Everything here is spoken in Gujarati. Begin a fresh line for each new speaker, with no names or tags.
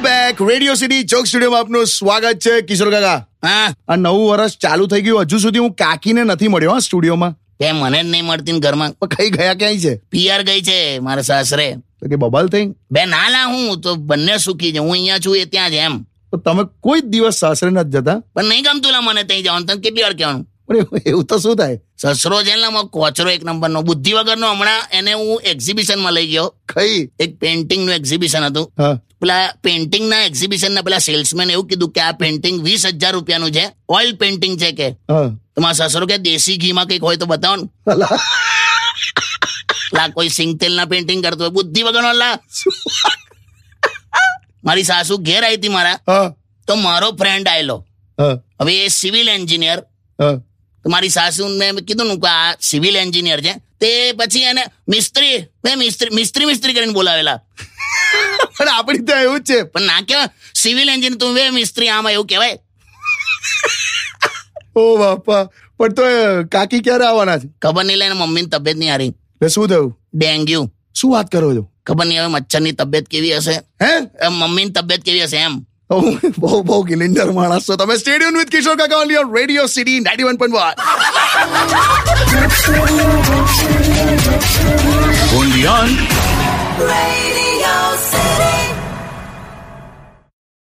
રેડિયો સિટી ચોક સ્ટુડિયો આપનું સ્વાગત છે કિશોર કાકા
હા
આ નવું વર્ષ ચાલુ થઈ ગયું હજુ સુધી હું કાકીને નથી મળ્યો હા સ્ટુડિયોમાં
તે મને જ નહીં મળતી ને ઘરમાં
પણ કઈ ગયા ક્યાંય છે
પિયર ગઈ છે મારા સાસરે
તો કે બબાલ થઈ
બે ના લા હું તો બંને સુખી છે હું અહીંયા છું એ ત્યાં છે એમ
તો તમે કોઈ જ દિવસ સાસરે નથી જતા
પણ નહીં ગમતું લા મને ત્યાં જવાનું તને કેટલી વાર કહેવાનું
પણ એવું તો શું થાય
સસરો છે ને લા, મારો કોચરો એક નંબરનો બુદ્ધિ વગરનો હમણાં એને હું એક્ઝિબિશનમાં લઈ ગયો
કઈ
એક પેઇન્ટિંગનું એક્ઝિબિશન હતું
હા
પેલા પેઇન્ટિંગના એક્ઝિબિશનના પેલા સેલ્સમેન એવું કીધું કે આ પેઇન્ટિંગ વીસ હજાર રૂપિયાનું છે ઓઇલ પેઇન્ટિંગ છે કે
હા
તો મારા સસરો કે દેશી ઘીમાં કંઈક હોય તો બતાવો ને
અલા,
લા કોઈ સિંગતેલના પેઇન્ટિંગ કરતો હોય બુદ્ધિ વગરનો લા મારી સાસુ ઘેર આવી હતી મારા
હા
તો મારો ફ્રેન્ડ આયલો
હા
હવે એ સિવિલ એન્જિનિયર
હા
તો મારી સાસુને મેં કીધું ને કે આ સિવિલ એન્જિનિયર છે તે પછી એને મિસ્ત્રી બે મિસ્ત્રી મિસ્ત્રી મિસ્ત્રી કરીને બોલાવેલા
પણ આપણી ત્યાં એવું જ છે
પણ ના કહેવાય સિવિલ એન્જિનિયર તું બે મિસ્ત્રી આમાં એવું કહેવાય
ઓ બાપા પણ તો એ કાકી ક્યારે આવવાના છે
ખબર નહીં લઈને મમ્મીની તબિયત નહીં હારી
એટલે શું થયું
ડેન્ગ્યુ
શું વાત કરો છો
ખબર નહીં હવે મચ્છરની તબિયત કેવી હશે
હે
અ, મમ્મીની તબિયત કેવી હશે એમ
હું બહુ બહુ ગિલિન્ડર માણસ છો તમે સ્ટેડિયમ વિથ કિશોર કાકા on your radio city ninety one point one
Radio City.